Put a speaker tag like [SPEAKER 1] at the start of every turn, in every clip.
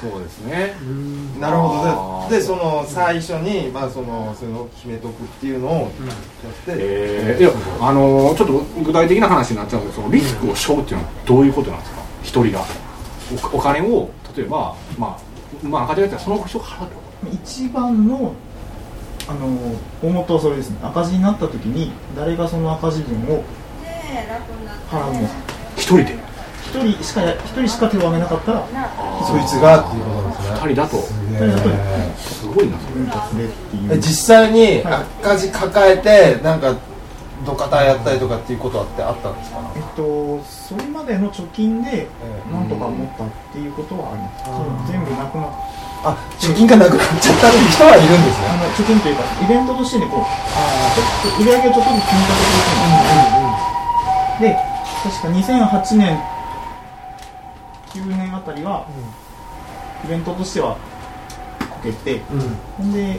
[SPEAKER 1] そうですね
[SPEAKER 2] うん
[SPEAKER 3] なるほ
[SPEAKER 1] あー
[SPEAKER 3] どででその最初に、まあ、そのそれを決めとくっていうのをやって、
[SPEAKER 1] えー、いやあのーちょっと具体的な話になっちゃうんですけどそのリスクを背負うっていうのはどういうことなんですか一人がおお金を例えばまあまあ赤字がったらその人が払うってこ
[SPEAKER 4] 一番のあの大元はそれですね赤字になった時に誰がその赤字分を払うの
[SPEAKER 1] と一人で
[SPEAKER 4] 一人しかや一人しか手を挙げなかったら
[SPEAKER 3] そいつがっていうことなんですね
[SPEAKER 1] 二人だと
[SPEAKER 3] す
[SPEAKER 4] ということです
[SPEAKER 1] ごいなそれ
[SPEAKER 4] 分割でっていう
[SPEAKER 3] え実際に赤字抱えてなんかドカタンやったりとかっていうことはってあったんですか
[SPEAKER 4] えっとそれまでの貯金で
[SPEAKER 3] ええ
[SPEAKER 4] なんとか持ったっていうことはあります、その全部なくなっ
[SPEAKER 3] あ貯金がなくなっちゃった人はいるんです
[SPEAKER 4] あ
[SPEAKER 3] ね
[SPEAKER 4] の貯金というかイベントとしてねこうちょっと売り上げをちょっとずつ積み立てていくんですよで確か2008年9年あたりは、イベントとしてはこけて
[SPEAKER 3] うんうんうん
[SPEAKER 4] ほんで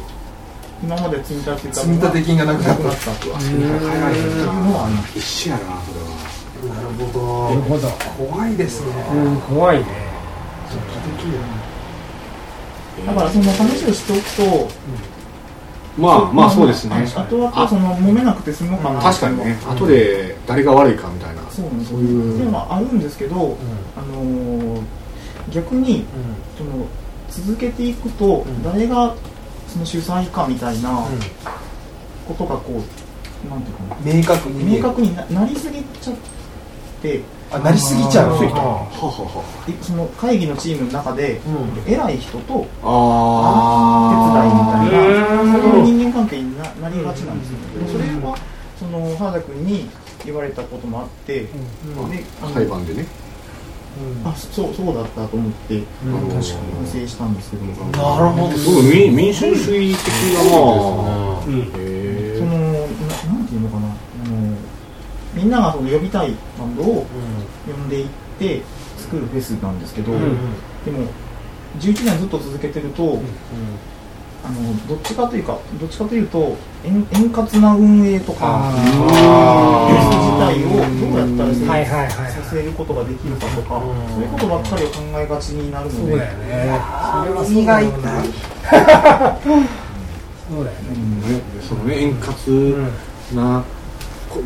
[SPEAKER 4] 今まで積み立てた
[SPEAKER 3] 積立金がなくなった
[SPEAKER 1] うわそれは考え
[SPEAKER 4] というのはあります
[SPEAKER 1] 必死やなそれは
[SPEAKER 2] なるほどなるほど
[SPEAKER 1] 怖いですね
[SPEAKER 2] うん怖いね
[SPEAKER 4] だからその話をしておくと
[SPEAKER 1] まあまあそうですね
[SPEAKER 4] あとはその揉めなくて済むのかな
[SPEAKER 1] 確かにね後で誰が悪いかみたいな
[SPEAKER 4] そうなんです
[SPEAKER 2] そう
[SPEAKER 4] よ
[SPEAKER 2] いう
[SPEAKER 4] でもあるんですけど、あのー逆に
[SPEAKER 2] う
[SPEAKER 4] その続けていくと、
[SPEAKER 2] うん
[SPEAKER 4] 誰がその主催かみたいなんことがこうなんていうかな
[SPEAKER 3] 明確に
[SPEAKER 4] 明確にななりすぎちゃって
[SPEAKER 3] あなりすぎちゃう
[SPEAKER 4] あー
[SPEAKER 1] はあは
[SPEAKER 4] でその会議のチームの中で、
[SPEAKER 3] う
[SPEAKER 4] 偉い人と
[SPEAKER 1] あはあ
[SPEAKER 4] 手伝いみたいな
[SPEAKER 2] うん
[SPEAKER 4] そういう人間関係にななりがちなんですよ、
[SPEAKER 2] うん
[SPEAKER 4] それはその原田君に言われたこともあって、
[SPEAKER 2] うん
[SPEAKER 4] であの
[SPEAKER 1] 裁判でね
[SPEAKER 4] あそうそうだったと思って
[SPEAKER 2] うん
[SPEAKER 1] 確か
[SPEAKER 4] 反省したんですけど、
[SPEAKER 3] なるほど
[SPEAKER 1] すごい民民主主義的な
[SPEAKER 2] うんうん
[SPEAKER 1] へ
[SPEAKER 4] その
[SPEAKER 1] え
[SPEAKER 4] ななんていうのかなあのみんながその呼びたいバンドを呼んでいって作るフェスなんですけど、
[SPEAKER 2] うん
[SPEAKER 4] でも11年ずっと続けてると、あのどっちかというかどっちかというと円円滑な運営とかフェス
[SPEAKER 2] あ
[SPEAKER 4] 自体をどうやったら
[SPEAKER 2] ーはいはいはい
[SPEAKER 4] させることができるかとか、
[SPEAKER 2] うん
[SPEAKER 4] そういうことばっかりを考えがちになる
[SPEAKER 2] そ
[SPEAKER 4] ので
[SPEAKER 2] うだよね胃が痛い
[SPEAKER 1] ね
[SPEAKER 2] そうだよね
[SPEAKER 1] そのね円滑な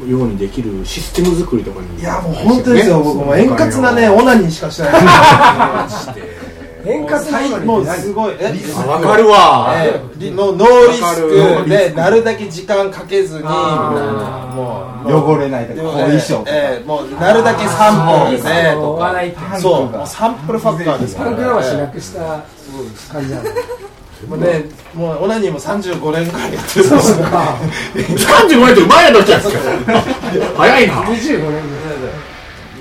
[SPEAKER 1] ようにできるシステム作りとかに
[SPEAKER 3] いやもう本当ですよ、僕もう円滑なねオナニーしかしてない
[SPEAKER 2] 円滑な
[SPEAKER 3] はいもうすごいえ
[SPEAKER 1] あわかるわ
[SPEAKER 3] えりのノーリスクでなるだけ時間かけずにみたいな
[SPEAKER 2] あ
[SPEAKER 3] もう
[SPEAKER 4] 汚れないと
[SPEAKER 3] で
[SPEAKER 4] か
[SPEAKER 3] も
[SPEAKER 4] 後遺症とか
[SPEAKER 3] ええもうなるだけ三本で
[SPEAKER 2] そう
[SPEAKER 3] と
[SPEAKER 2] 追わないって
[SPEAKER 3] かそうもうサンプルファクターですから
[SPEAKER 2] 僕らはしなくした感じなの
[SPEAKER 3] もうねもうオナニーも35年間やってるそう
[SPEAKER 1] 三十五年って前の時ですよ早いなめっ
[SPEAKER 2] 25年ぐらい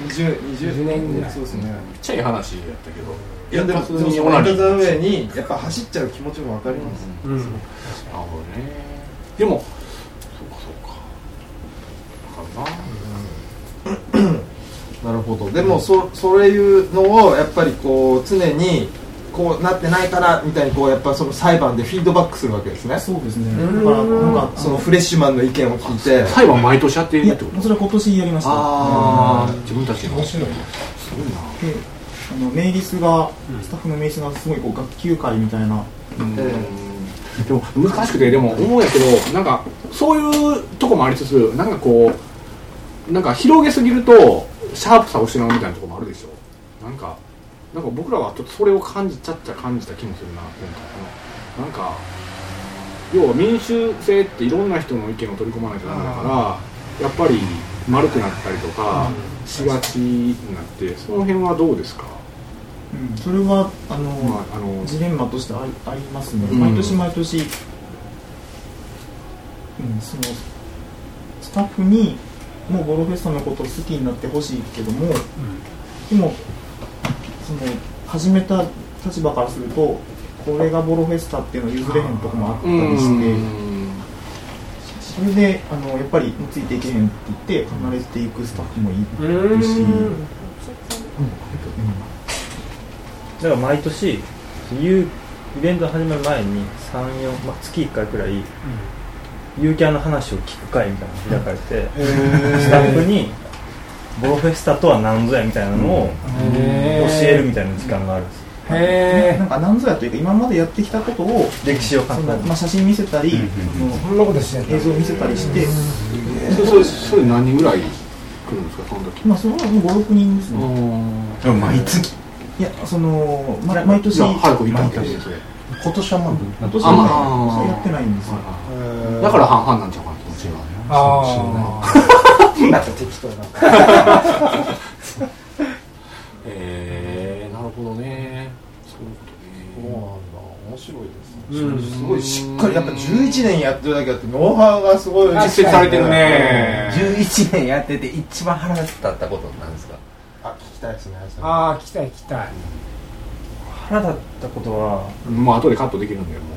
[SPEAKER 3] 20 20
[SPEAKER 2] 10年ぐらい
[SPEAKER 3] そうですね
[SPEAKER 1] ちゃいい話やったけど
[SPEAKER 3] いやでもでもその円滑な上にやっぱ走っちゃう気持ちもわかります
[SPEAKER 2] うん
[SPEAKER 1] なるほどねでもそうかそうかだからな
[SPEAKER 3] なるほどでもそそういうのをやっぱりこう常にこうなってないからみたいにこうやっぱその裁判でフィードバックするわけですね
[SPEAKER 4] そうですねだからなんか
[SPEAKER 3] そのフレッシュマンの意見を聞いて
[SPEAKER 1] 裁判毎年やってい
[SPEAKER 4] い
[SPEAKER 1] る
[SPEAKER 4] や
[SPEAKER 1] ってこと
[SPEAKER 4] それは今年やりました
[SPEAKER 1] ああ自分たちのす
[SPEAKER 2] 白い
[SPEAKER 1] ごいな
[SPEAKER 4] であの名立が、スタッフの名立がすごいこう学級会みたいな
[SPEAKER 1] うん
[SPEAKER 3] え
[SPEAKER 1] でも難しくてでも思うんやけどなんかそういうとこもありつつなんかこうなんか広げすぎるとシャープさを失うみたいなとこもあるでしょなんかなんか僕らはちょっとそれを感じちゃっちゃ感じた気もするな今回のなんか要は民主性っていろんな人の意見を取り込まないとダメだからやっぱり丸くなったりとかしがちになってその辺はどうですか、
[SPEAKER 4] それはあの、
[SPEAKER 1] まああの
[SPEAKER 4] ジレンマとしてありありますね、
[SPEAKER 1] うん
[SPEAKER 4] 毎年毎年、うん、そのスタッフにもうボロフェスタのことを好きになってほしいけども、でもその始めた立場からするとこれがボロフェスタっていうのを譲れへんとこもあったりして。それであのやっぱりついていけへんって言って離れていくスタッフもいるし、
[SPEAKER 2] うん
[SPEAKER 5] だから毎年有イベント始まる前に34、まあ、月1回くらいユーキャンの話を聞く会みたいなのが開かれて、スタッフにボロフェスタとは何ぞやみたいなのを教えるみたいな時間があるんですよ、
[SPEAKER 2] へ
[SPEAKER 4] なんか何ぞやというか今までやってきたことを
[SPEAKER 5] 歴史を
[SPEAKER 4] そ
[SPEAKER 5] 簡
[SPEAKER 4] の、
[SPEAKER 5] 単に
[SPEAKER 4] まあ、写真見せたり、
[SPEAKER 1] うん
[SPEAKER 4] その
[SPEAKER 2] えそんなことしてんだ
[SPEAKER 4] 映像見せたりして、
[SPEAKER 1] それそれそれ何人ぐらい来るんですかその時
[SPEAKER 4] まあ、その56人です
[SPEAKER 1] う
[SPEAKER 4] ね、
[SPEAKER 1] ん
[SPEAKER 6] でも毎月
[SPEAKER 4] いやその、ま、毎年
[SPEAKER 1] じゃあ早く行った
[SPEAKER 4] 毎
[SPEAKER 1] んです
[SPEAKER 4] 年
[SPEAKER 1] ねそれ
[SPEAKER 6] 今年はま
[SPEAKER 4] 今年
[SPEAKER 1] あまあ
[SPEAKER 4] はやってないんですよ
[SPEAKER 1] だから半々なんちゃうかな気持ちが
[SPEAKER 2] ああなんか適当な
[SPEAKER 1] へえなるほどねそういうこ
[SPEAKER 3] もう面白いですね
[SPEAKER 1] とね
[SPEAKER 3] すごいしっかりやっぱ11年やってるだけあってノウハウがすごい
[SPEAKER 1] 実践されてるね
[SPEAKER 6] 11年やってて一番腹が立ったことなんですか
[SPEAKER 3] あ聞きたいですねあ
[SPEAKER 2] ああ聞きたい聞きたい
[SPEAKER 5] 腹立ったことは
[SPEAKER 1] まあ後でカットできるんでもうもう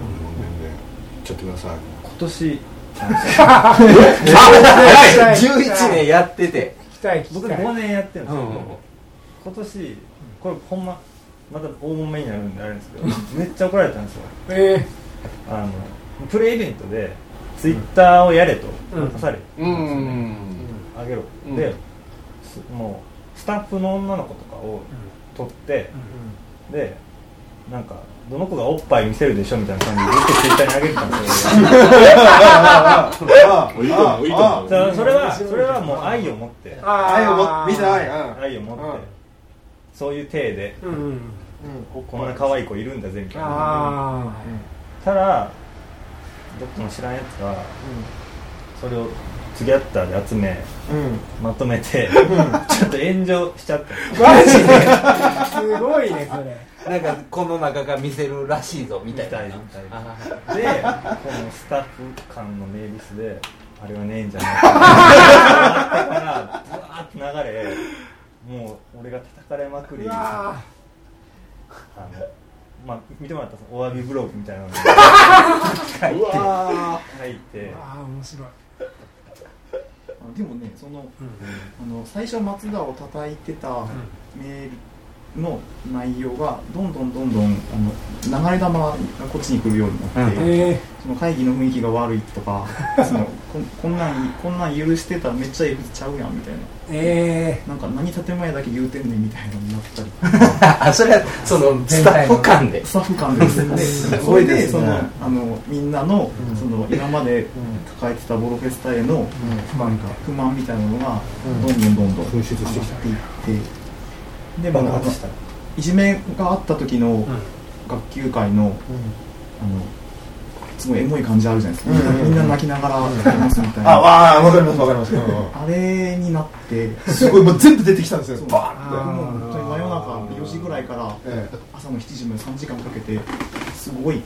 [SPEAKER 1] 全然いっちゃってください
[SPEAKER 5] 今年
[SPEAKER 2] 聞きたい聞き
[SPEAKER 6] 11
[SPEAKER 2] たい
[SPEAKER 6] 年やってて
[SPEAKER 2] 聞きたい聞き
[SPEAKER 5] 僕
[SPEAKER 2] たい
[SPEAKER 5] 5年やってるんですけど、
[SPEAKER 1] うん
[SPEAKER 5] 今年これほんままた大揉めになるんであれですけどめっちゃ怒られたんですよ
[SPEAKER 2] え
[SPEAKER 5] あのプレイベントでツイッターをやれと
[SPEAKER 2] うん
[SPEAKER 5] 出されて
[SPEAKER 1] う
[SPEAKER 5] たんですよね
[SPEAKER 1] ん
[SPEAKER 5] あげろ、
[SPEAKER 1] うん
[SPEAKER 5] ですもうスタッフの女の子とかを撮って、でなんかどの子がおっぱい見せるでしょみたいな感じでずっとツイッターに上げてたんですよ
[SPEAKER 1] いいと思ういいと思う
[SPEAKER 5] だからそれはそれはもう愛を持って
[SPEAKER 2] ー、あ
[SPEAKER 3] 愛をも見せたい
[SPEAKER 5] 愛を持って、
[SPEAKER 3] うん
[SPEAKER 5] そういう体で
[SPEAKER 2] うんうん
[SPEAKER 3] うん
[SPEAKER 5] こんな可愛い子いるんだぜみたいな
[SPEAKER 2] ああ
[SPEAKER 5] ただどっかの知らんやつがそれをツギャッターで集め
[SPEAKER 3] うん
[SPEAKER 5] まとめてちょっと炎上しちゃった
[SPEAKER 2] マジですごいねそれ
[SPEAKER 6] なんかこの中が見せるらしいぞみたいな
[SPEAKER 5] みたいみたい
[SPEAKER 6] あ
[SPEAKER 5] で、このスタッフ間のメールスで、あれはねえんじゃないかな。だから、ぶわーって流れ、もう俺が叩かれまくり、
[SPEAKER 2] う
[SPEAKER 5] あ
[SPEAKER 2] わ
[SPEAKER 5] の、まあ、見てもらったらお詫びブログみたいなのを
[SPEAKER 1] うわ
[SPEAKER 5] 書いて
[SPEAKER 2] ー、あー面白い
[SPEAKER 4] あでもねその
[SPEAKER 2] うん
[SPEAKER 4] あの最初松田を叩いてたメールの内容がどんどんどんどんあの流れ玉がこっちに来るようになって、
[SPEAKER 2] え
[SPEAKER 4] その会議の雰囲気が悪いとかそのこんこんなんこんなん許してたらめっちゃええちゃうやんみたいな
[SPEAKER 2] ー、え
[SPEAKER 4] なんか何建前だけ言うてんねんみたいなのになったり
[SPEAKER 6] ーあそれはそのスタッフ間で
[SPEAKER 4] スタッフ間ですね
[SPEAKER 6] す
[SPEAKER 4] そ
[SPEAKER 6] ご
[SPEAKER 4] れ
[SPEAKER 6] いで
[SPEAKER 4] ですそ
[SPEAKER 6] ね
[SPEAKER 4] のあのみんなのその今まで抱えてたボロフェスタへのなんか不満みたいなのがどんどんどんどん
[SPEAKER 1] 噴出してきた
[SPEAKER 4] 上がっていってで
[SPEAKER 5] 爆
[SPEAKER 4] まあ
[SPEAKER 5] 発した。
[SPEAKER 4] いじめがあった時の学級会の、あのすごいエモい感じあるじゃないですか、みんな
[SPEAKER 3] うんうんうん
[SPEAKER 4] みんな泣きながらやりますみたい
[SPEAKER 3] あ
[SPEAKER 4] な、
[SPEAKER 3] わあわかりますわかりますうん
[SPEAKER 4] あれにな って
[SPEAKER 3] すごいもう全部出てきたんですよバ
[SPEAKER 4] もう
[SPEAKER 3] ーンって
[SPEAKER 4] 本当に真夜中4時ぐらいから
[SPEAKER 3] ええ
[SPEAKER 4] 朝の7時まで3時間かけてすごい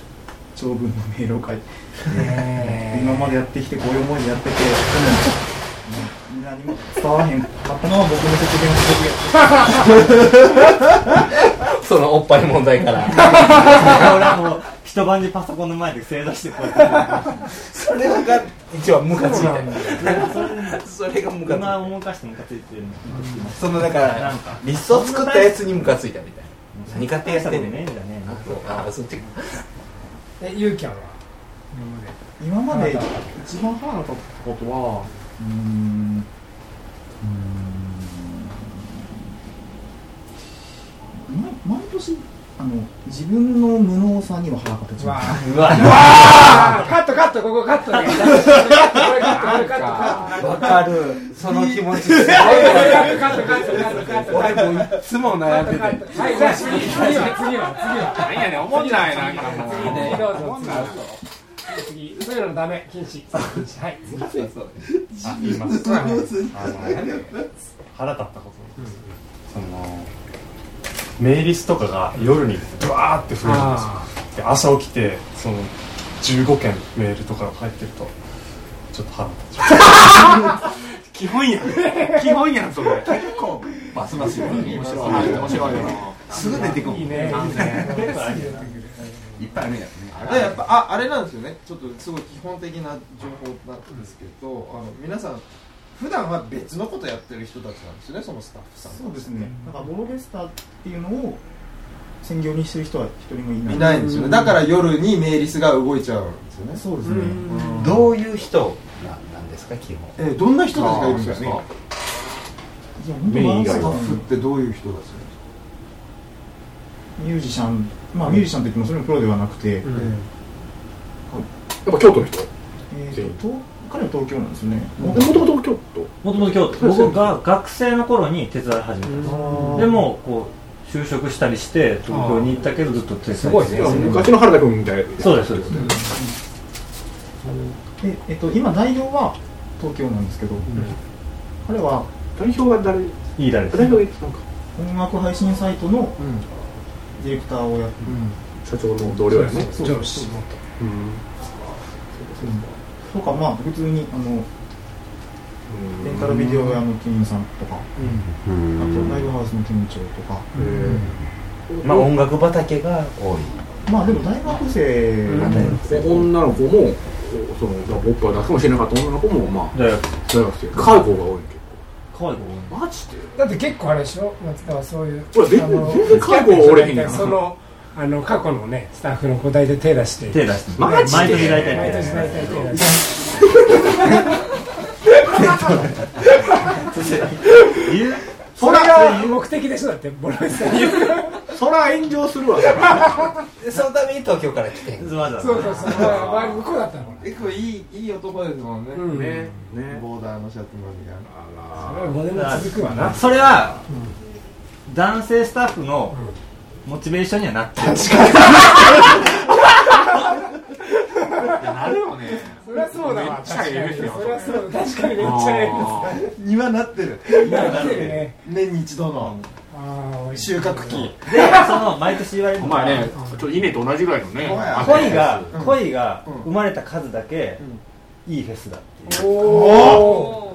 [SPEAKER 4] 長文のメールを書いて、
[SPEAKER 2] ー、えー、
[SPEAKER 4] 今までやってきてこういう思いでやってて、うん、み んなにも伝わらへんかったのは僕の説明の時
[SPEAKER 6] そのおっぱい問題から
[SPEAKER 5] 俺はもう、一晩中パソコンの前で正座してこうやって
[SPEAKER 6] それが一番ムカついたそれがムカつい
[SPEAKER 5] 今
[SPEAKER 6] た
[SPEAKER 5] 思い返してムカついてるの。
[SPEAKER 6] そのだからリスト作ったやつにムカついたみたいな何勝手やってんねん
[SPEAKER 5] ねえんだね。
[SPEAKER 6] あそっち
[SPEAKER 2] えゆうきゃんは
[SPEAKER 4] 今まで一番腹が立ったことはうーんうーんま毎年あの自分の無能さには腹が立ち
[SPEAKER 2] うわ
[SPEAKER 4] ます
[SPEAKER 2] ー
[SPEAKER 6] うわ
[SPEAKER 2] あーカットカットここカットねこれカットこれカットカット
[SPEAKER 6] わかるその気持ち
[SPEAKER 2] カットカットカットカットカットカット
[SPEAKER 6] 俺もいつも悩んでて
[SPEAKER 2] はいじゃあ次次は次は次は
[SPEAKER 1] 何やねんおもんないなんかもう
[SPEAKER 2] 次どうぞ次次そういうのダメ禁止禁止はい次
[SPEAKER 5] あ、言 います。あの腹立ったこと。その、メイリスとかが夜に
[SPEAKER 7] ドワーって増えるんですよで朝起きてその15件メールとかが入ってるとちょっと腹立ちます
[SPEAKER 1] 基本やん基本やんそれ
[SPEAKER 6] ますます
[SPEAKER 1] 面白い面白いよ
[SPEAKER 6] すぐ出てくる
[SPEAKER 2] いいね
[SPEAKER 6] いっぱいあるやん
[SPEAKER 3] でやっぱああれなんですよねちょっとすごい基本的な情報なんですけど、あの皆さん普段は別のことやってる人たちなんですよねそのスタッフさん
[SPEAKER 4] そうですねだからボロフェスタっていうのを専業にしてる人は一人もいない
[SPEAKER 3] いないんですよねだから夜にメイリスが動いちゃうんですよね
[SPEAKER 4] そうですね
[SPEAKER 6] どういう人なんですか基本
[SPEAKER 3] えどんな人たちがいるんですかね
[SPEAKER 4] いや本当
[SPEAKER 1] メイン以
[SPEAKER 4] バ
[SPEAKER 1] 外
[SPEAKER 4] ランス
[SPEAKER 1] は
[SPEAKER 4] が
[SPEAKER 3] スタッフってどういう人たちなんですか
[SPEAKER 4] ミュージシャンまあミュージシャンといってもそれもプロではなくて、
[SPEAKER 1] うんやっぱ京都の人
[SPEAKER 4] えーと東彼は東京なんですよね
[SPEAKER 1] もともと京都
[SPEAKER 5] もともと京都僕が学生の頃に手伝い始めたんですでもこう就職したりして東京に行ったけどずっと手伝い
[SPEAKER 1] すごいね昔の原田君みたいな
[SPEAKER 5] そうですそうです
[SPEAKER 4] で、えっと、今代表は東京なんですけど、彼は
[SPEAKER 1] 代表が誰
[SPEAKER 5] いいだけです
[SPEAKER 1] 代表がいつなんか
[SPEAKER 4] 音楽配信サイトのディレクターをやって、
[SPEAKER 1] 社長の同僚やね
[SPEAKER 4] そうそうそう
[SPEAKER 1] うん
[SPEAKER 4] とかまあ普通にあのレンタルビデオ屋の店員さんとか、あとライブハウスの店長とか、
[SPEAKER 6] まあ音楽畑が多い
[SPEAKER 4] まあでも大学生
[SPEAKER 1] う
[SPEAKER 4] が
[SPEAKER 1] ん
[SPEAKER 4] ね、
[SPEAKER 1] 女の子もそのだから僕は出すかもしれなかった女の子もまあ
[SPEAKER 5] 大学
[SPEAKER 1] 大学生介護が多いけ
[SPEAKER 5] 可愛い子
[SPEAKER 1] どマジで
[SPEAKER 2] だって結構あれでしょ松田はそういう
[SPEAKER 1] 俺全然全然介護は折れへんやん
[SPEAKER 2] そのあの過去のねスタッフの答えで手出して
[SPEAKER 5] 手出して
[SPEAKER 1] マジで
[SPEAKER 5] 毎年大
[SPEAKER 2] 毎
[SPEAKER 5] 体手
[SPEAKER 2] 年
[SPEAKER 5] 出して
[SPEAKER 2] 大体手出してそれが目的でしょだってボロイさん
[SPEAKER 1] そら炎上するわ
[SPEAKER 6] でそのために東京から来てん
[SPEAKER 5] わざわざ
[SPEAKER 2] そうそうそうまあ向こうだったのね
[SPEAKER 3] 結構いいいい男ですもんね、
[SPEAKER 2] うん
[SPEAKER 1] ねね
[SPEAKER 3] ボーダーのシャツのみが
[SPEAKER 1] あ
[SPEAKER 2] 5年も続くわな
[SPEAKER 5] それは、男性スタッフのモチベーションにはなってる
[SPEAKER 6] なるよね
[SPEAKER 2] そりゃそうだわ確かに
[SPEAKER 1] めっちゃええ
[SPEAKER 2] そ
[SPEAKER 1] 人
[SPEAKER 2] り
[SPEAKER 1] や
[SPEAKER 2] ゃそうだ確かにめっちゃえ
[SPEAKER 3] にはなってる
[SPEAKER 2] えななってるね
[SPEAKER 3] 年に一度の
[SPEAKER 2] ああ美味しい
[SPEAKER 3] 収穫期
[SPEAKER 5] でその毎年言われる
[SPEAKER 1] お
[SPEAKER 5] のが、
[SPEAKER 1] 前ねちょっと稲と同じぐらいのね
[SPEAKER 5] 恋が
[SPEAKER 1] う
[SPEAKER 5] 恋が生まれた数だけ、いいフェスだっていう
[SPEAKER 2] お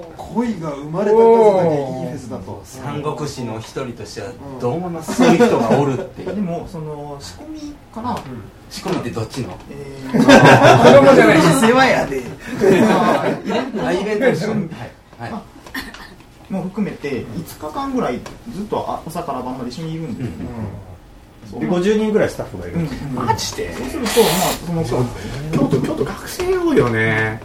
[SPEAKER 2] お
[SPEAKER 3] 恋が生まれた数だけいいフェスだと
[SPEAKER 6] 三国志の一人としてはどうもなそういう人がおるっていう
[SPEAKER 4] でもその仕込みから、
[SPEAKER 6] 仕込みってどっちの
[SPEAKER 4] えー
[SPEAKER 2] 子供じゃない
[SPEAKER 6] 世話やで
[SPEAKER 4] まあ
[SPEAKER 6] あイベントですよはいはい
[SPEAKER 4] も含めて5日間ぐらいずっとあ朝から晩まで一緒にいるんですよね、そう
[SPEAKER 5] で50人ぐらいスタッフがいる、
[SPEAKER 4] うん
[SPEAKER 1] マジで
[SPEAKER 4] そうするとまあその
[SPEAKER 1] 京都京都学生多いよね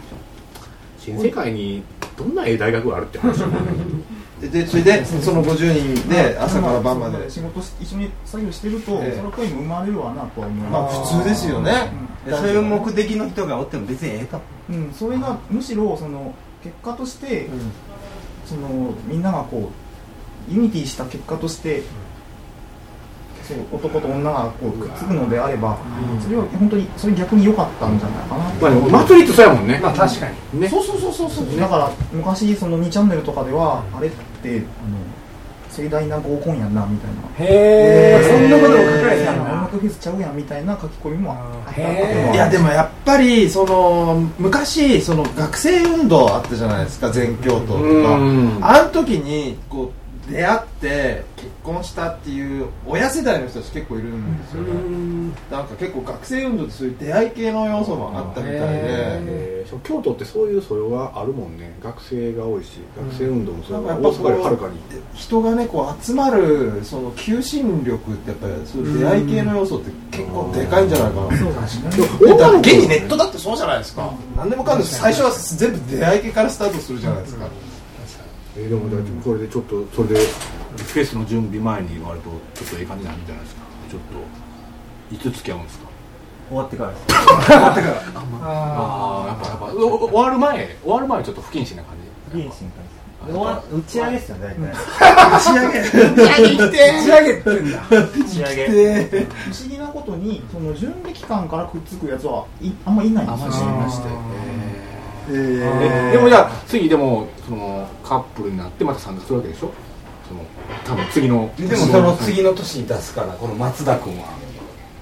[SPEAKER 1] 新世界にどんなええ大学があるって話
[SPEAKER 3] ででそれでその50人で朝から晩まで
[SPEAKER 4] 仕事し一緒に作業してると、
[SPEAKER 3] ええ
[SPEAKER 4] その恋も生まれるわなとは思い
[SPEAKER 3] ま
[SPEAKER 4] ま
[SPEAKER 3] あ
[SPEAKER 4] す、
[SPEAKER 3] 普通ですよね
[SPEAKER 6] でそういう目的の人がおっても別にええと
[SPEAKER 4] うん、それがむしろその結果として、
[SPEAKER 3] ん
[SPEAKER 4] そのみんながこうユニティした結果として、そう男と女がこうくっつくのであれば、それは本当にそれ逆に良かったんじゃないかなと、
[SPEAKER 1] まあでも祭りってそうやもんね
[SPEAKER 2] まあ確かに
[SPEAKER 1] ね
[SPEAKER 4] そうそうそうそうそう、だから昔その2チャンネルとかでは、あれってあの盛大な合コンやんなみたいな。
[SPEAKER 2] へえそんなことも書かれてたん
[SPEAKER 4] 音
[SPEAKER 2] だ
[SPEAKER 4] 楽フェスちゃうやんみたいな書き込みもあった
[SPEAKER 2] へー
[SPEAKER 3] いやでもやっぱりその昔その学生運動あったじゃないですか全教頭とか
[SPEAKER 1] うん
[SPEAKER 3] あの時にこう出会って結婚したっていう親世代の人たち結構いるんですよねなんか結構学生運動ってそういう出会い系の要素もあったみたいで
[SPEAKER 1] えーそう京都ってそういう素養があるもんね学生が多いし学生運動もそ
[SPEAKER 3] な
[SPEAKER 1] うんだ
[SPEAKER 3] かや
[SPEAKER 1] か
[SPEAKER 3] っ
[SPEAKER 1] ら大阪
[SPEAKER 3] ぱ
[SPEAKER 1] よりはる
[SPEAKER 3] こ
[SPEAKER 1] かに
[SPEAKER 3] う集人がねこう集まるその求心力ってやっぱりそういう出会い系の要素って結構でかいんじゃないかな
[SPEAKER 4] そうだしね
[SPEAKER 1] 女の子
[SPEAKER 3] 現にネットだってそうじゃないですか、何でもかんでも最初は全部出会い系からスタートするじゃないですか、
[SPEAKER 1] えーでもだってこれでちょっとそれでフェスの準備前に割とちょっとええ感じになるんじゃないですかちょっといつ付き合うんですか
[SPEAKER 5] 終わってからです
[SPEAKER 1] ああやっぱやっぱおお終わる前終わる前はちょっと不謹慎な感
[SPEAKER 5] 議員審判で終わ打ち上げですよ大
[SPEAKER 2] 打ち上げ
[SPEAKER 5] 体
[SPEAKER 2] てんだ
[SPEAKER 5] 打ち上げ
[SPEAKER 4] 不思議なことにその準備期間からくっつくやつはいあんまいないんですよ
[SPEAKER 1] じ
[SPEAKER 4] ね
[SPEAKER 1] まして
[SPEAKER 3] え
[SPEAKER 1] えでもじゃあ次でもそのカップルになってまた参加するわけでしょその多分次の
[SPEAKER 6] でもその次の年に出すからこの松田君は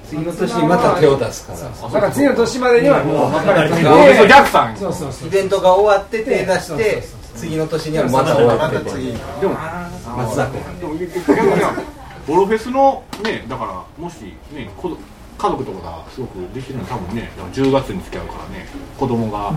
[SPEAKER 6] 次の年にまた手を出すから
[SPEAKER 2] だから次の年までにはもう分かれて
[SPEAKER 1] あ別に
[SPEAKER 2] て
[SPEAKER 1] 逆さん
[SPEAKER 2] そうそうそう
[SPEAKER 6] イベントが終わって手出
[SPEAKER 2] そ
[SPEAKER 6] し
[SPEAKER 2] うそう
[SPEAKER 6] て
[SPEAKER 2] そう
[SPEAKER 6] 次の年にはまた終わ
[SPEAKER 3] ま
[SPEAKER 6] って
[SPEAKER 3] た
[SPEAKER 6] て
[SPEAKER 3] 次
[SPEAKER 1] でも
[SPEAKER 6] 松田君は
[SPEAKER 1] でも逆にじゃあ ボロフェスのねだからもしね子ど家族とかがすごくできてるのは多分ねだから10月に付き合うからね子供が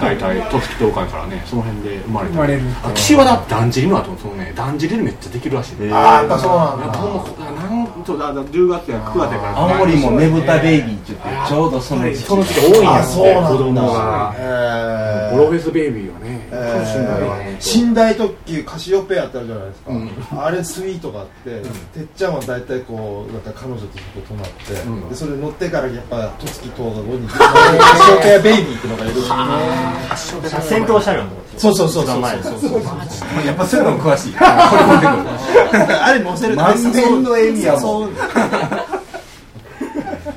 [SPEAKER 1] 大体年き東海からねその辺で生まれて
[SPEAKER 2] 生まれる
[SPEAKER 1] あ岸和田ってだんじりの後そのねだんじりでめっちゃできるらしいね
[SPEAKER 3] ああやっぱそうなん
[SPEAKER 1] やっぱ
[SPEAKER 3] だ
[SPEAKER 1] ほんまなんとだから10月や9月やから
[SPEAKER 6] 青森もねぶたベイビーって言ってちょうどその時期
[SPEAKER 1] その時期多いんやっ
[SPEAKER 3] あ
[SPEAKER 1] て
[SPEAKER 3] そうなんだ
[SPEAKER 1] 子供が
[SPEAKER 3] え
[SPEAKER 1] ボロフェスベイビーはね、
[SPEAKER 3] え
[SPEAKER 1] 信頼はね
[SPEAKER 3] ー寝台特急カシオペアってあるじゃないですか、
[SPEAKER 1] うん
[SPEAKER 3] あれスイートがあって、てっちゃんは大体こうなんか彼女とそこ泊まって、
[SPEAKER 1] うん
[SPEAKER 3] でそれ乗ってからやっぱ戸月東が5人カシオペアベイビーってのがいるんですよ
[SPEAKER 5] 先頭車両のとこです
[SPEAKER 3] そうそうそうそう
[SPEAKER 5] 一番前
[SPEAKER 3] そうそうそう
[SPEAKER 6] やっぱそういうのも詳しい
[SPEAKER 3] あれ乗せると
[SPEAKER 6] 満面の笑みやも
[SPEAKER 3] そう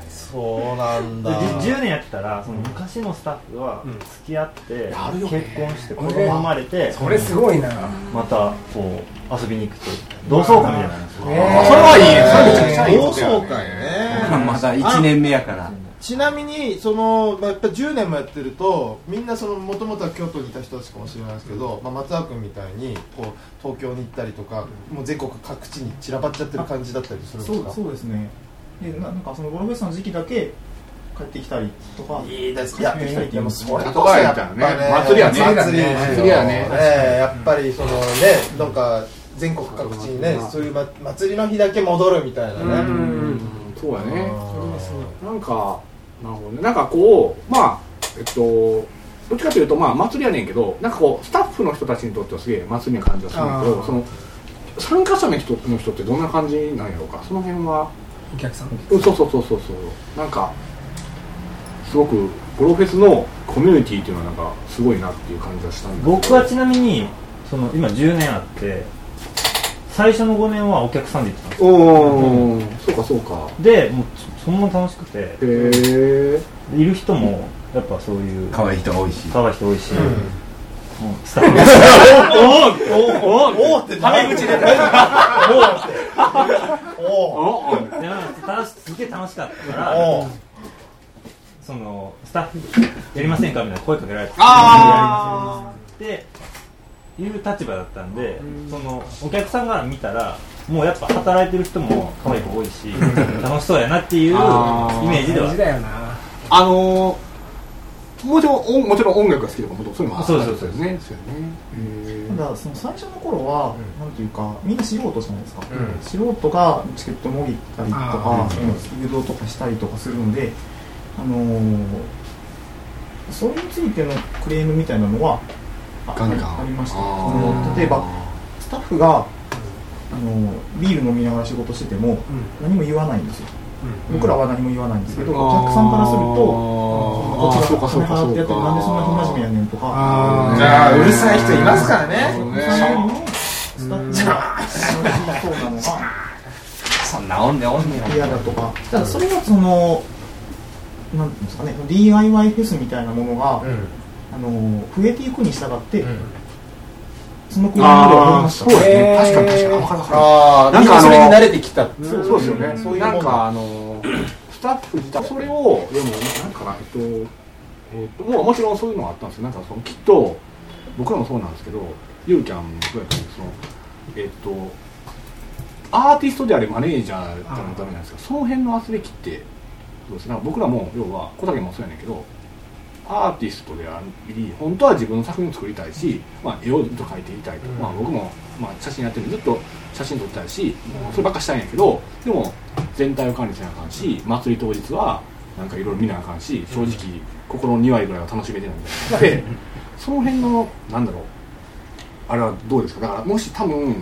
[SPEAKER 3] そうなんだ
[SPEAKER 5] じ10年やってたらその昔のスタッフは付き合って、
[SPEAKER 1] やるよね
[SPEAKER 5] 結婚して子供生まれて
[SPEAKER 2] これすごいな
[SPEAKER 5] またこう遊びに行くと同窓会みたいなの
[SPEAKER 2] ねえ
[SPEAKER 1] それはいいそれめちゃくちゃいい
[SPEAKER 3] 同
[SPEAKER 1] ことやね
[SPEAKER 3] 窓会ね
[SPEAKER 6] まだ1年目やから
[SPEAKER 3] ちなみにその、まあ、やっぱ10年もやってるとみんなそのもともとは京都にいた人たちかもしれないですけど、まあ、松田君みたいにこう東京に行ったりとかもう全国各地に散らばっちゃってる感じだったりするんで
[SPEAKER 4] そ
[SPEAKER 3] す
[SPEAKER 4] う
[SPEAKER 3] か
[SPEAKER 4] そうですねでななんかそのボロフェスの時期だけ帰ってきたりとか
[SPEAKER 3] いいですいや
[SPEAKER 4] 帰ってきたり
[SPEAKER 3] でもそれこ
[SPEAKER 1] 高
[SPEAKER 3] そ
[SPEAKER 1] いみ
[SPEAKER 3] や
[SPEAKER 1] た
[SPEAKER 3] っ
[SPEAKER 1] い
[SPEAKER 3] ぱ
[SPEAKER 1] な
[SPEAKER 3] ね
[SPEAKER 1] ね祭りやね
[SPEAKER 3] 祭り
[SPEAKER 1] 祭りやね
[SPEAKER 3] やっぱりそのねなんか全国各地にねそういうま祭りの日だけ戻るみたいなね
[SPEAKER 1] うんそうやね
[SPEAKER 3] あ
[SPEAKER 1] なんかなるほどねなんかこうまあえっとどっちかというとまあ祭りやねんけどなんかこうスタッフの人たちにとってはすげえ祭りな感じがするんだけ
[SPEAKER 3] あ
[SPEAKER 1] ど
[SPEAKER 3] ー
[SPEAKER 1] その参加者の人の人ってどんな感じなんやろうかその辺は
[SPEAKER 2] お客さん
[SPEAKER 1] うんそうそうそうそうそうなんかすごくプロフェスのコミュニティっていうのはなんかすごいなっていう感じがしたんだ
[SPEAKER 5] 僕はちなみにその今10年あって最初の5年はお客さんで行ってたんですよ
[SPEAKER 1] おおそうかそうか
[SPEAKER 5] でもうそそんな楽しくて
[SPEAKER 1] へえ
[SPEAKER 5] いる人もやっぱそういう
[SPEAKER 6] 可愛い人が多いし
[SPEAKER 5] 可愛い人多いし、
[SPEAKER 3] ん
[SPEAKER 5] もうスタッフおおおおおおってタメ口で
[SPEAKER 1] あ
[SPEAKER 3] おう
[SPEAKER 1] あ
[SPEAKER 5] でなんか楽しすげえ楽しかったから
[SPEAKER 3] おう
[SPEAKER 5] そのスタッフやりませんかみたいな声かけられて
[SPEAKER 1] あ
[SPEAKER 5] でいう立場だったんで、そのお客さんから見たらもうやっぱ働いてる人も可愛い子多い し楽しそうやなっていうイメ
[SPEAKER 1] あー
[SPEAKER 5] ージでは
[SPEAKER 2] 大事だよな
[SPEAKER 1] あのー、もちろん音もちろん音楽が好きとかもそういうのも
[SPEAKER 5] そうそうそう
[SPEAKER 1] ですねそうよねへ
[SPEAKER 4] ただその最初の頃は、なんていうかみんな素人じゃないですか、
[SPEAKER 2] ん
[SPEAKER 4] 素人がチケットもぎったり
[SPEAKER 2] あ
[SPEAKER 4] とかうん誘導とかしたりとかするので、あのーそれについてのクレームみたいなのはあ
[SPEAKER 1] ガンガン
[SPEAKER 4] ありました
[SPEAKER 1] あー
[SPEAKER 4] その例えばスタッフが、あのービール飲みながら仕事してても、何も言わないんですよ、僕らは何も言わないんですけど、
[SPEAKER 1] うん
[SPEAKER 4] お客さんからする
[SPEAKER 1] あ
[SPEAKER 4] と
[SPEAKER 1] ー
[SPEAKER 4] こっち
[SPEAKER 1] そうか
[SPEAKER 4] が
[SPEAKER 1] そう
[SPEAKER 4] 金
[SPEAKER 1] かそうか
[SPEAKER 4] 払ってやってるなんでそんな不真面目やねんとか
[SPEAKER 2] あ
[SPEAKER 3] じゃあうるさい人いますからね
[SPEAKER 1] そう
[SPEAKER 4] それより
[SPEAKER 1] ね
[SPEAKER 4] もスタッフがそうなのが
[SPEAKER 6] そんなおんねおんね
[SPEAKER 4] 嫌だとかただそれはそのなんていうんですかね DIY フェスみたいなものが、あの増えていくに従って、そのクオリティが上がり
[SPEAKER 1] あ
[SPEAKER 4] ま
[SPEAKER 1] あ
[SPEAKER 4] し
[SPEAKER 1] そ
[SPEAKER 4] た
[SPEAKER 1] うですね
[SPEAKER 2] へー
[SPEAKER 1] 確かに確かに分かる分か
[SPEAKER 3] ああ
[SPEAKER 1] なんかあの
[SPEAKER 3] それに慣れてきた
[SPEAKER 1] るそうそうですよね
[SPEAKER 3] そういうも
[SPEAKER 1] なんん
[SPEAKER 3] だ
[SPEAKER 1] かあのースタッフ自体それをでもなんかなえっとえっともうもちろんそういうのがあったんですよなんかそのきっと僕らもそうなんですけどゆうちゃんもそうやったんですけどそのえっとアーティストであれマネージャーってのもダメなんですけどその辺の圧力ってそうですね僕らも要は小竹もそうやねんけどアーティストであり本当は自分の作品を作りたいし、まあ、絵をずっと描いていたいと、まあ、僕も、まあ、写真やってるんでずっと写真撮ったいしもうそればっかしたいんやけどでも全体を管理せなあかんし祭り当日はなんかいろいろ見なあかんし正直心の2割ぐらいは楽しめてないみたいなでその辺のなんだろうあれはどうですかだからもし多分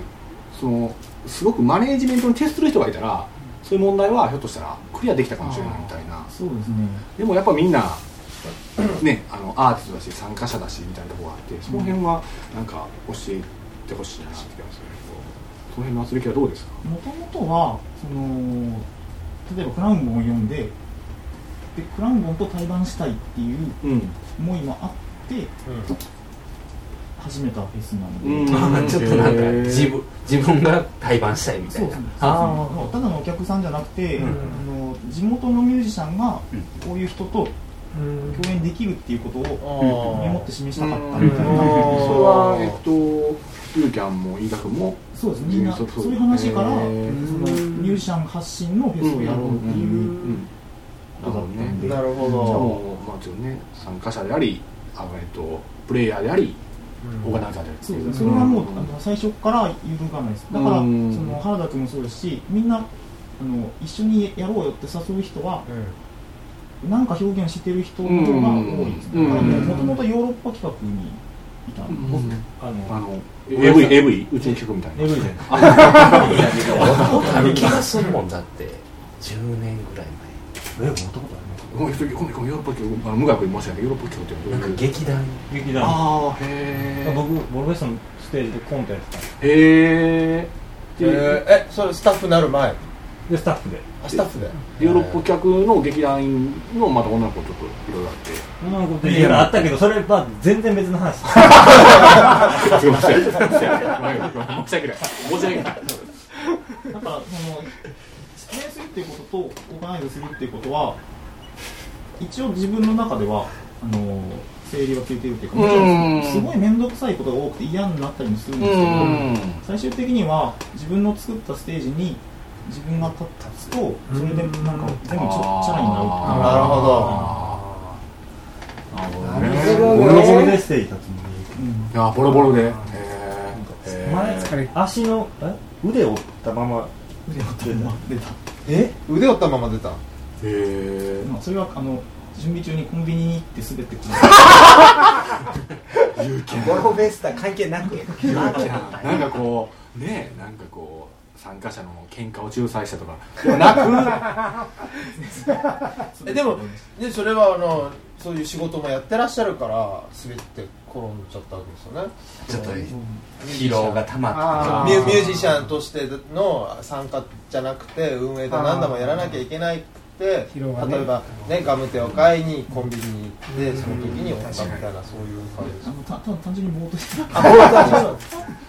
[SPEAKER 1] そのすごくマネージメントに徹する人がいたらそういう問題はひょっとしたらクリアできたかもしれないみたいな
[SPEAKER 4] そうですね
[SPEAKER 1] でもやっぱみんな、ね、あのアーティストだし参加者だしみたいなところがあってその辺はなんか教えてほしいなって気がするけどその辺の圧力はどうですか
[SPEAKER 4] もともとはその例えばクラウンボンを読んででクラウンボンと対バンしたいっていう
[SPEAKER 1] うん
[SPEAKER 4] 思いもあって始めたフェスなので、
[SPEAKER 1] うん
[SPEAKER 6] ちょっとなんか自分自分が対バンしたいみた
[SPEAKER 4] そう
[SPEAKER 6] い
[SPEAKER 4] で
[SPEAKER 6] な
[SPEAKER 4] すね
[SPEAKER 6] あ
[SPEAKER 4] そうですねただのお客さんじゃなくて、
[SPEAKER 6] うん
[SPEAKER 4] あの地元のミュージシャンがこういう人と
[SPEAKER 2] うん
[SPEAKER 4] 共演できるっていうことをメモって示したかった
[SPEAKER 1] うん
[SPEAKER 4] みたいな、
[SPEAKER 1] それはえっとゆうきゃんも飯田君も
[SPEAKER 4] そうですねみんな
[SPEAKER 1] そ
[SPEAKER 4] そうう
[SPEAKER 1] そう
[SPEAKER 4] いう話から、
[SPEAKER 1] へー
[SPEAKER 4] そのミュージシャン発信のフェスをやろうって
[SPEAKER 1] ん
[SPEAKER 4] いう、
[SPEAKER 1] ん
[SPEAKER 4] こ
[SPEAKER 1] だ
[SPEAKER 4] と
[SPEAKER 1] から
[SPEAKER 4] だったんで
[SPEAKER 1] ね
[SPEAKER 3] なるほ
[SPEAKER 1] じゃあ
[SPEAKER 3] ど
[SPEAKER 1] もうまあちょっとね参加者でありあのえっとプレイヤーでありオーガナイザーでありって
[SPEAKER 4] そ
[SPEAKER 1] いうう
[SPEAKER 4] それはもう、
[SPEAKER 1] ん
[SPEAKER 4] あの最初から揺るがないですだから、
[SPEAKER 1] うん
[SPEAKER 4] その原田君もそうですしみんなあの一緒にやろうよって誘う人は、なんか表現してる人の方が多いですね、
[SPEAKER 1] うん
[SPEAKER 4] だからもともとヨーロッパ企画にいたんで、あ
[SPEAKER 1] あ
[SPEAKER 4] の
[SPEAKER 1] の AV, AV うちの曲みたいな
[SPEAKER 4] エブリで
[SPEAKER 6] ある気がするもんだって10年ぐらい
[SPEAKER 7] え持ったこと
[SPEAKER 1] もう一人今度ヨーロッパ曲あの無学に申し訳ないヨーロッパ曲って
[SPEAKER 6] 前なんか劇団
[SPEAKER 5] 劇団
[SPEAKER 1] ああへえ
[SPEAKER 5] 僕ボルフェスのステージでコントやってたんです
[SPEAKER 1] へ
[SPEAKER 3] え
[SPEAKER 1] え
[SPEAKER 3] えそれスタッフになる前
[SPEAKER 5] でスタッフで
[SPEAKER 3] あスタッフで
[SPEAKER 1] ヨーロッパ客の劇団員のまた女の子とちょっといろいろあって
[SPEAKER 5] 女の子といろいろあったけどそれは全然別の話
[SPEAKER 1] すいません。すいません。申し訳ない。申し訳ない。
[SPEAKER 4] なんかその出演するっていうこととオーガナイズするっていうことは一応自分の中ではあの整理がついてるっていうかもちろ
[SPEAKER 1] うん
[SPEAKER 4] んすごい面倒くさいことが多くて嫌になったりもするんですけど最終的には自分の作ったステージに自分が立つとそれでなんか全部ちょチャラになるっていう
[SPEAKER 3] なるほ
[SPEAKER 1] あ
[SPEAKER 3] ど
[SPEAKER 1] ーなるほど
[SPEAKER 6] な
[SPEAKER 1] ね。
[SPEAKER 6] るほど
[SPEAKER 5] ボロボロでステージ立つのに
[SPEAKER 1] いやボロボロで。へー
[SPEAKER 5] 前足のえ腕を折ったまま
[SPEAKER 4] 腕を取るまで立っ
[SPEAKER 3] え腕折ったまま出た
[SPEAKER 1] へ
[SPEAKER 4] て
[SPEAKER 1] ー
[SPEAKER 4] まあそれはあの準備中にコンビニに行って滑ってくる
[SPEAKER 6] ボロベスタ関係なく
[SPEAKER 1] なんかこうねなんかこう参加者の喧嘩を仲裁したとかでもな
[SPEAKER 3] えでもでそれはあのそういう仕事もやってらっしゃるから滑って転んじゃったわけですよね
[SPEAKER 6] ちょっと疲労が溜
[SPEAKER 2] あ
[SPEAKER 6] ま
[SPEAKER 2] ー
[SPEAKER 6] っ
[SPEAKER 3] ミュミュージシャンとしての参加じゃなくて運営だ何だもやらなきゃいけなくて
[SPEAKER 2] 疲
[SPEAKER 3] 例
[SPEAKER 2] 労がね
[SPEAKER 3] えば、ね、ガムテを買いにコンビニに行ってその時に折ったみたいなそういう感じです
[SPEAKER 4] あのたた単純にぼーっとしてた
[SPEAKER 3] あ本当だ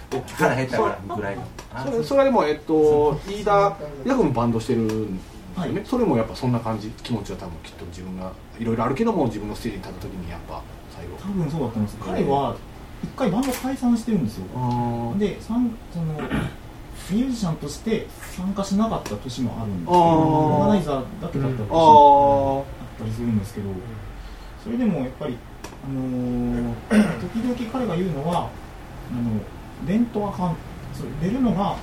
[SPEAKER 6] てきて腹減ったからぐらいの
[SPEAKER 1] くそれそれでもえっと飯田飯田君もバンドしてるんですよねそれもやっぱそんな感じ気持ちは多分きっと自分がいろいろあるけども自分のステージに立った時にやっぱ最後
[SPEAKER 4] 多分そうだったんです彼は一回バンド解散してるんですよ
[SPEAKER 1] あ
[SPEAKER 4] でさんそのミュージシャンとして参加しなかった年もあるんですけど
[SPEAKER 1] あー
[SPEAKER 4] オーガナイザーだけだった年
[SPEAKER 1] あ
[SPEAKER 4] も
[SPEAKER 1] ー
[SPEAKER 4] あったりするんですけどそれでもやっぱり、あのー時々彼が言うのはあの伝統はかんそう出るのが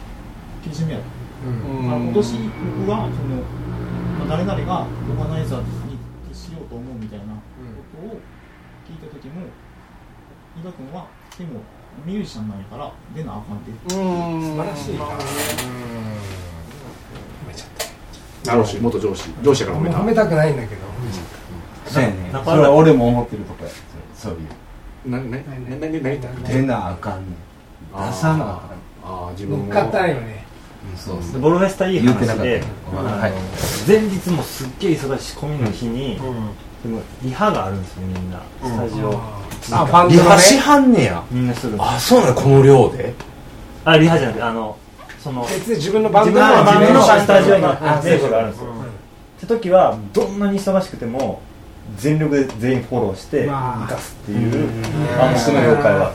[SPEAKER 4] けじめやとだから今年僕はその、まあ誰々がオーガナイザーに徹しようと思うみたいなことを聞いた時も伊賀君はでもミュージシャンなんやから出なあかんで
[SPEAKER 1] 素
[SPEAKER 6] 晴らしいな
[SPEAKER 1] なるほど元上司上司やから褒めた
[SPEAKER 2] 褒めたくないんだけど
[SPEAKER 6] そうやね
[SPEAKER 5] な
[SPEAKER 6] それは俺も思ってるとこやそういう
[SPEAKER 1] 何何何何何
[SPEAKER 6] 出なあかんねん出さなあかん
[SPEAKER 1] ああ自分
[SPEAKER 2] 乗っかったらよね
[SPEAKER 6] うんそう
[SPEAKER 5] でボロフェスタいい
[SPEAKER 6] 言ってな
[SPEAKER 5] 話
[SPEAKER 6] かった
[SPEAKER 5] で
[SPEAKER 6] ね
[SPEAKER 5] あの
[SPEAKER 6] はい
[SPEAKER 5] 前日もすっげえ忙しい込みの日にでもリハがあるんですよみんなスタジオ
[SPEAKER 2] あファン
[SPEAKER 6] リ
[SPEAKER 2] ドの
[SPEAKER 6] ハ
[SPEAKER 2] ね
[SPEAKER 6] しはんねや
[SPEAKER 5] みんなするの
[SPEAKER 6] あそうなのこの量で
[SPEAKER 5] あリハじゃなくてあのその
[SPEAKER 2] 別に自分のバンド
[SPEAKER 5] 自分のスタジオに
[SPEAKER 6] あ
[SPEAKER 5] 全部があるんですよ、って時はどんなに忙しくても全力で全員フォローして
[SPEAKER 2] うわ
[SPEAKER 5] 生かすっていうあの人の妖怪は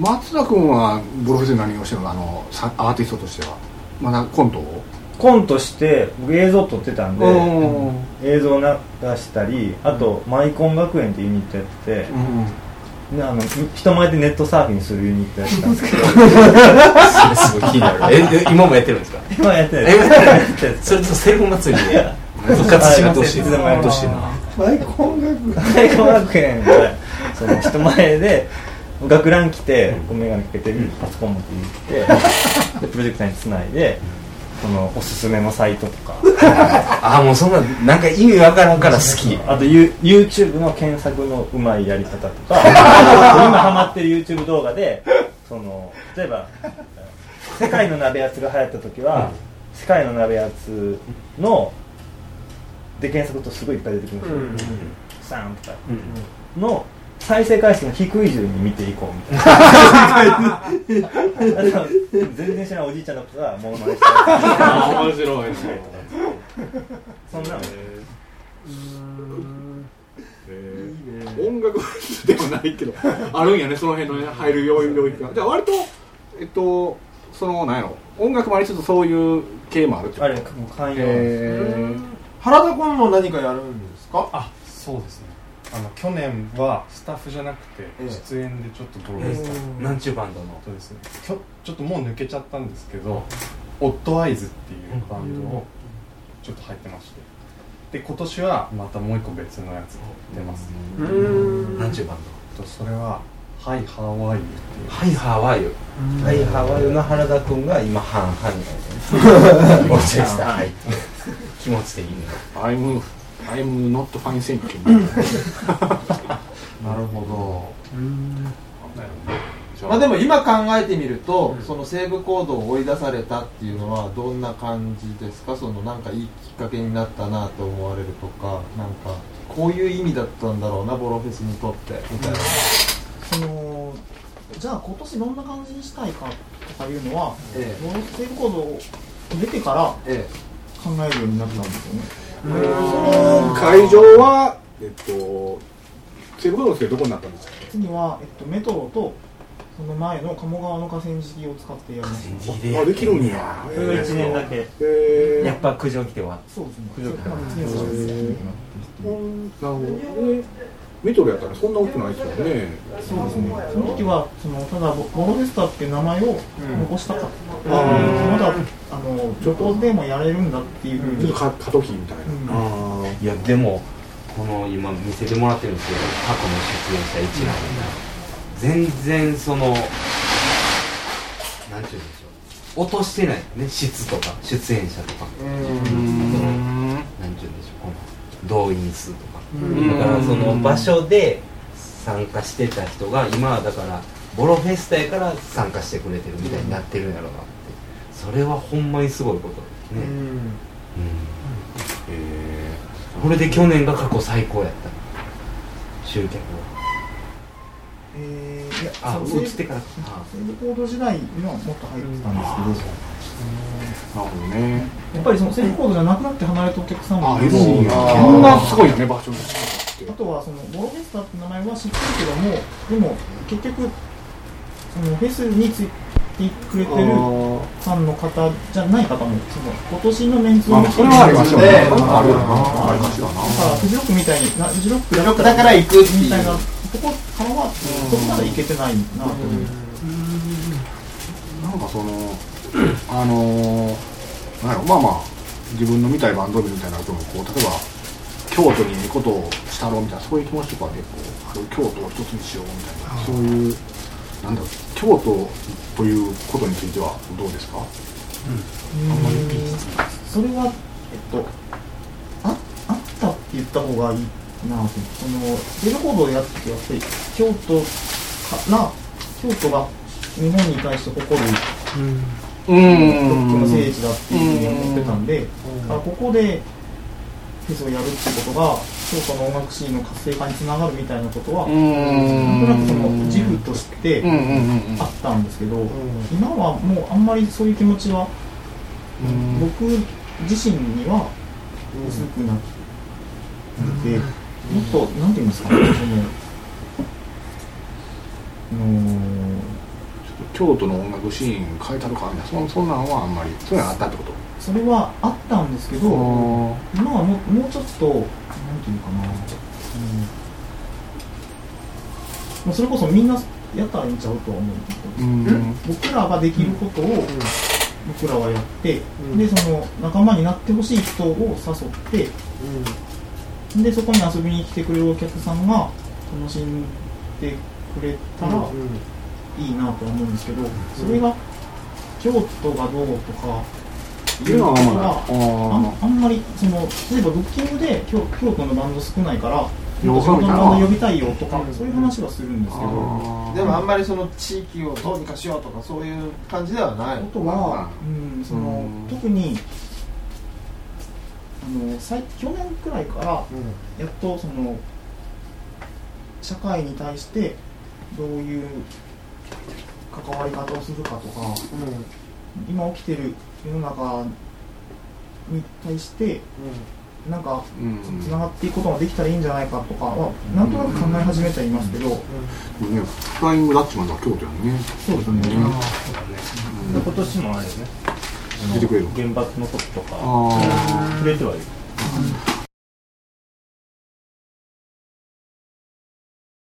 [SPEAKER 1] 松田君はブロフェスで何をしてるのあのさアーティストとしてはまだコントを
[SPEAKER 5] コントして僕映像撮ってたんで
[SPEAKER 1] うん
[SPEAKER 5] 映像流したりあとマイコン学園っていうユニットやっててであの人前でネットサーフィンするユニットやってたんですけど
[SPEAKER 6] それすごい気になる ええ今もやってるんですか
[SPEAKER 5] 今やってない
[SPEAKER 6] え
[SPEAKER 5] ですやってないです
[SPEAKER 6] それとセルフ 祭りで復活しまってほしい
[SPEAKER 5] いつでもやってほしいな
[SPEAKER 3] マイコンが
[SPEAKER 5] マイコン学園でその人前で学ラン着てお眼鏡かけてパソコン持って行ってでプロジェクターにつないでそのおすすめのサイトとか
[SPEAKER 6] あもうそんななんか意味わからんから好き
[SPEAKER 5] あとユ YouTube の検索のうまいやり方とか今ハマってる YouTube 動画でその例えば「世界の鍋やつ」が流行った時は「世界の鍋やつの」で検索するとすごいいっぱい出てくるんですよ、サンとかの再生回数の低い順に見ていこうみたいなあの 全然知らないおじいちゃんのことがモノマネしてる
[SPEAKER 1] 面白いね
[SPEAKER 5] そんなの
[SPEAKER 1] 音楽ではないけどあるんやねその辺のね入る要領域がじゃあ割とえっとその何やろ音楽もありつつそういう系もあるってこ
[SPEAKER 5] あ
[SPEAKER 1] と
[SPEAKER 5] れもう寛容なんです
[SPEAKER 1] へー
[SPEAKER 3] 原田君も何かやるんですか
[SPEAKER 7] あそうですねあの去年はスタッフじゃなくて
[SPEAKER 3] ええ
[SPEAKER 7] 出演でちょっとボロベスタ
[SPEAKER 6] なんちゅうバンドの
[SPEAKER 7] とですねきょちょっともう抜けちゃったんですけどオッドアイズっていうバンドをちょっと入ってましてで今年はまたもう一個別のやつ出ます、
[SPEAKER 2] うん
[SPEAKER 6] なんちゅうバン
[SPEAKER 7] えっとそれは「ハイハワイユ」っていう
[SPEAKER 6] ドはいハワイよ
[SPEAKER 5] 哎
[SPEAKER 6] はいハワイよの原田君が今半々やね落ちてきたはい気持ち的に
[SPEAKER 1] I'm I'm not fine thinking
[SPEAKER 3] なるほ
[SPEAKER 1] じ
[SPEAKER 3] ど
[SPEAKER 1] ゃ
[SPEAKER 3] まあでも今考えてみると、その西部行動を追い出されたっていうのはどんな感じですかそのなんかいいきっかけになったなと思われるとかなんかこういう意味だったんだろうなボロフェスにとってみたいな、
[SPEAKER 4] そのじゃあ今年どんな感じにしたいかとかいうのは、
[SPEAKER 3] ええ
[SPEAKER 4] ボロフェス行動を出てから
[SPEAKER 3] え
[SPEAKER 4] 考えるようになったんですよね
[SPEAKER 1] 会場はえっと西武ドームですけどどこになったんですか
[SPEAKER 4] 次は、えっと、メトロとその前の鴨川の河川敷を使ってやります
[SPEAKER 1] あできるんや
[SPEAKER 5] それが1年だけ
[SPEAKER 1] えー
[SPEAKER 6] やっぱ苦情来て終わった
[SPEAKER 4] そうですね
[SPEAKER 6] 九条か
[SPEAKER 4] まあ次のそうですね
[SPEAKER 1] ほんなるほどねメトロやったらそんな大きくないですよね
[SPEAKER 4] そうですねその時はそのただボボロフェスタっていう名前を残したかっ
[SPEAKER 1] う
[SPEAKER 4] た、
[SPEAKER 1] ん
[SPEAKER 4] まだあの旅行でもやれるんだっていうふ
[SPEAKER 1] ちょっ
[SPEAKER 4] うに、
[SPEAKER 1] とか過渡期みたいな、
[SPEAKER 4] うん
[SPEAKER 1] あー
[SPEAKER 6] いやでもこの今見せてもらってるんですけど過去の出演者一覧みたいな全然そのなんて言うんでしょう落としてないね質とか出演者とかそのなんて言うんでしょうこの動員数とか
[SPEAKER 2] 嗯
[SPEAKER 6] だからその場所で参加してた人が今はだからボロフェスタやから参加してくれてるみたいになってるんやろうなってそれはほんまにすごいことですね、うんこれで去年が過去最高やった集客は
[SPEAKER 4] えーいや
[SPEAKER 6] あ
[SPEAKER 4] そう
[SPEAKER 6] 移ってから
[SPEAKER 4] 西武コード時代にはもっと入ってたんですけど、
[SPEAKER 1] なるほどね
[SPEAKER 4] やっぱりその西武コードじゃなくなって離れたお客さんも
[SPEAKER 1] あ
[SPEAKER 4] い
[SPEAKER 1] い
[SPEAKER 4] る
[SPEAKER 1] る
[SPEAKER 4] し
[SPEAKER 1] しこんなすごいよね場所に
[SPEAKER 4] あとはそのボロフェスタって名前は知ってるけどもでも結局そのフェスについてくれてるファンの方じゃない方もその今年のメンツ
[SPEAKER 1] ま
[SPEAKER 4] を
[SPEAKER 1] あ
[SPEAKER 4] 見て
[SPEAKER 1] それはありましたよね
[SPEAKER 3] ええ
[SPEAKER 1] あるよなありましたよな
[SPEAKER 4] だからフジロックみたいになフジロック
[SPEAKER 3] だから行くっていう
[SPEAKER 4] みたいなとこからはそこまでいけてないなと
[SPEAKER 1] な
[SPEAKER 4] 思う
[SPEAKER 1] んかそのあのー、なんやろまあまあ自分の見たいバンド名みたいなこともこう例えば京都にいいことをしたろうみたいなそういう気持ちとかでこう京都を一つにしようみたいなそういうなんだろう京都ということについてはどうですか
[SPEAKER 4] それはえっとああったって言った方がいいなとそのゼロ行動やってやっぱり京都から京都が日本に対して誇る
[SPEAKER 1] う
[SPEAKER 4] ロックの聖地だっていうふうに思ってたんで、
[SPEAKER 3] うん
[SPEAKER 4] あここでフェスをやるっていうことが京都の音楽シーンの活性化につながるみたいなことは、なんとなくその自負として
[SPEAKER 1] うんうんうん
[SPEAKER 4] あったんですけど、今はもうあんまりそういう気持ちは、僕自身には薄くなってて、もっとなんていうんですかねそのあのー
[SPEAKER 1] 京都の音楽シーン変えたとかみたいなそそんなんはあんまりそういうのあったってこと
[SPEAKER 4] それはあったんですけど、今はもうもうちょっとなんていうのかな、うんまあ、それこそみんなやったらいいんちゃうとは思うんですけど
[SPEAKER 1] うん
[SPEAKER 4] 僕らができることを僕らはやって、でその仲間になってほしい人を誘って、でそこに遊びに来てくれるお客さんが楽しんでくれたらいいなとは思うんですけど、それが京都がどうとかいう
[SPEAKER 1] 今
[SPEAKER 4] こ
[SPEAKER 1] は
[SPEAKER 4] と
[SPEAKER 1] まだ
[SPEAKER 4] はあんあんまりその例えばブッキングで京京都のバンド少ないから京
[SPEAKER 1] よ
[SPEAKER 4] 都
[SPEAKER 1] そ
[SPEAKER 4] の
[SPEAKER 1] 見たな
[SPEAKER 4] バンド呼びたいよとかそういう話はするんですけど。
[SPEAKER 3] でもあんまりその地域をどうにかしようとかそういう感じではない
[SPEAKER 4] あとは、うん、その
[SPEAKER 1] うん
[SPEAKER 4] 特にあの最去年くらいからやっとその社会に対してどういう関わり方をするかとか今起きてる世の中に対してなんか
[SPEAKER 1] うん
[SPEAKER 4] つながっていくことができたらいいんじゃないかとかはなんとなく考え始めてはいますけど、
[SPEAKER 1] ね、フライングダッチマンの京都やんね。
[SPEAKER 4] そうですね、
[SPEAKER 5] で今年もあれよねあの
[SPEAKER 1] 出てくれる
[SPEAKER 5] 原爆のこととか
[SPEAKER 1] あ
[SPEAKER 5] 触れてはいる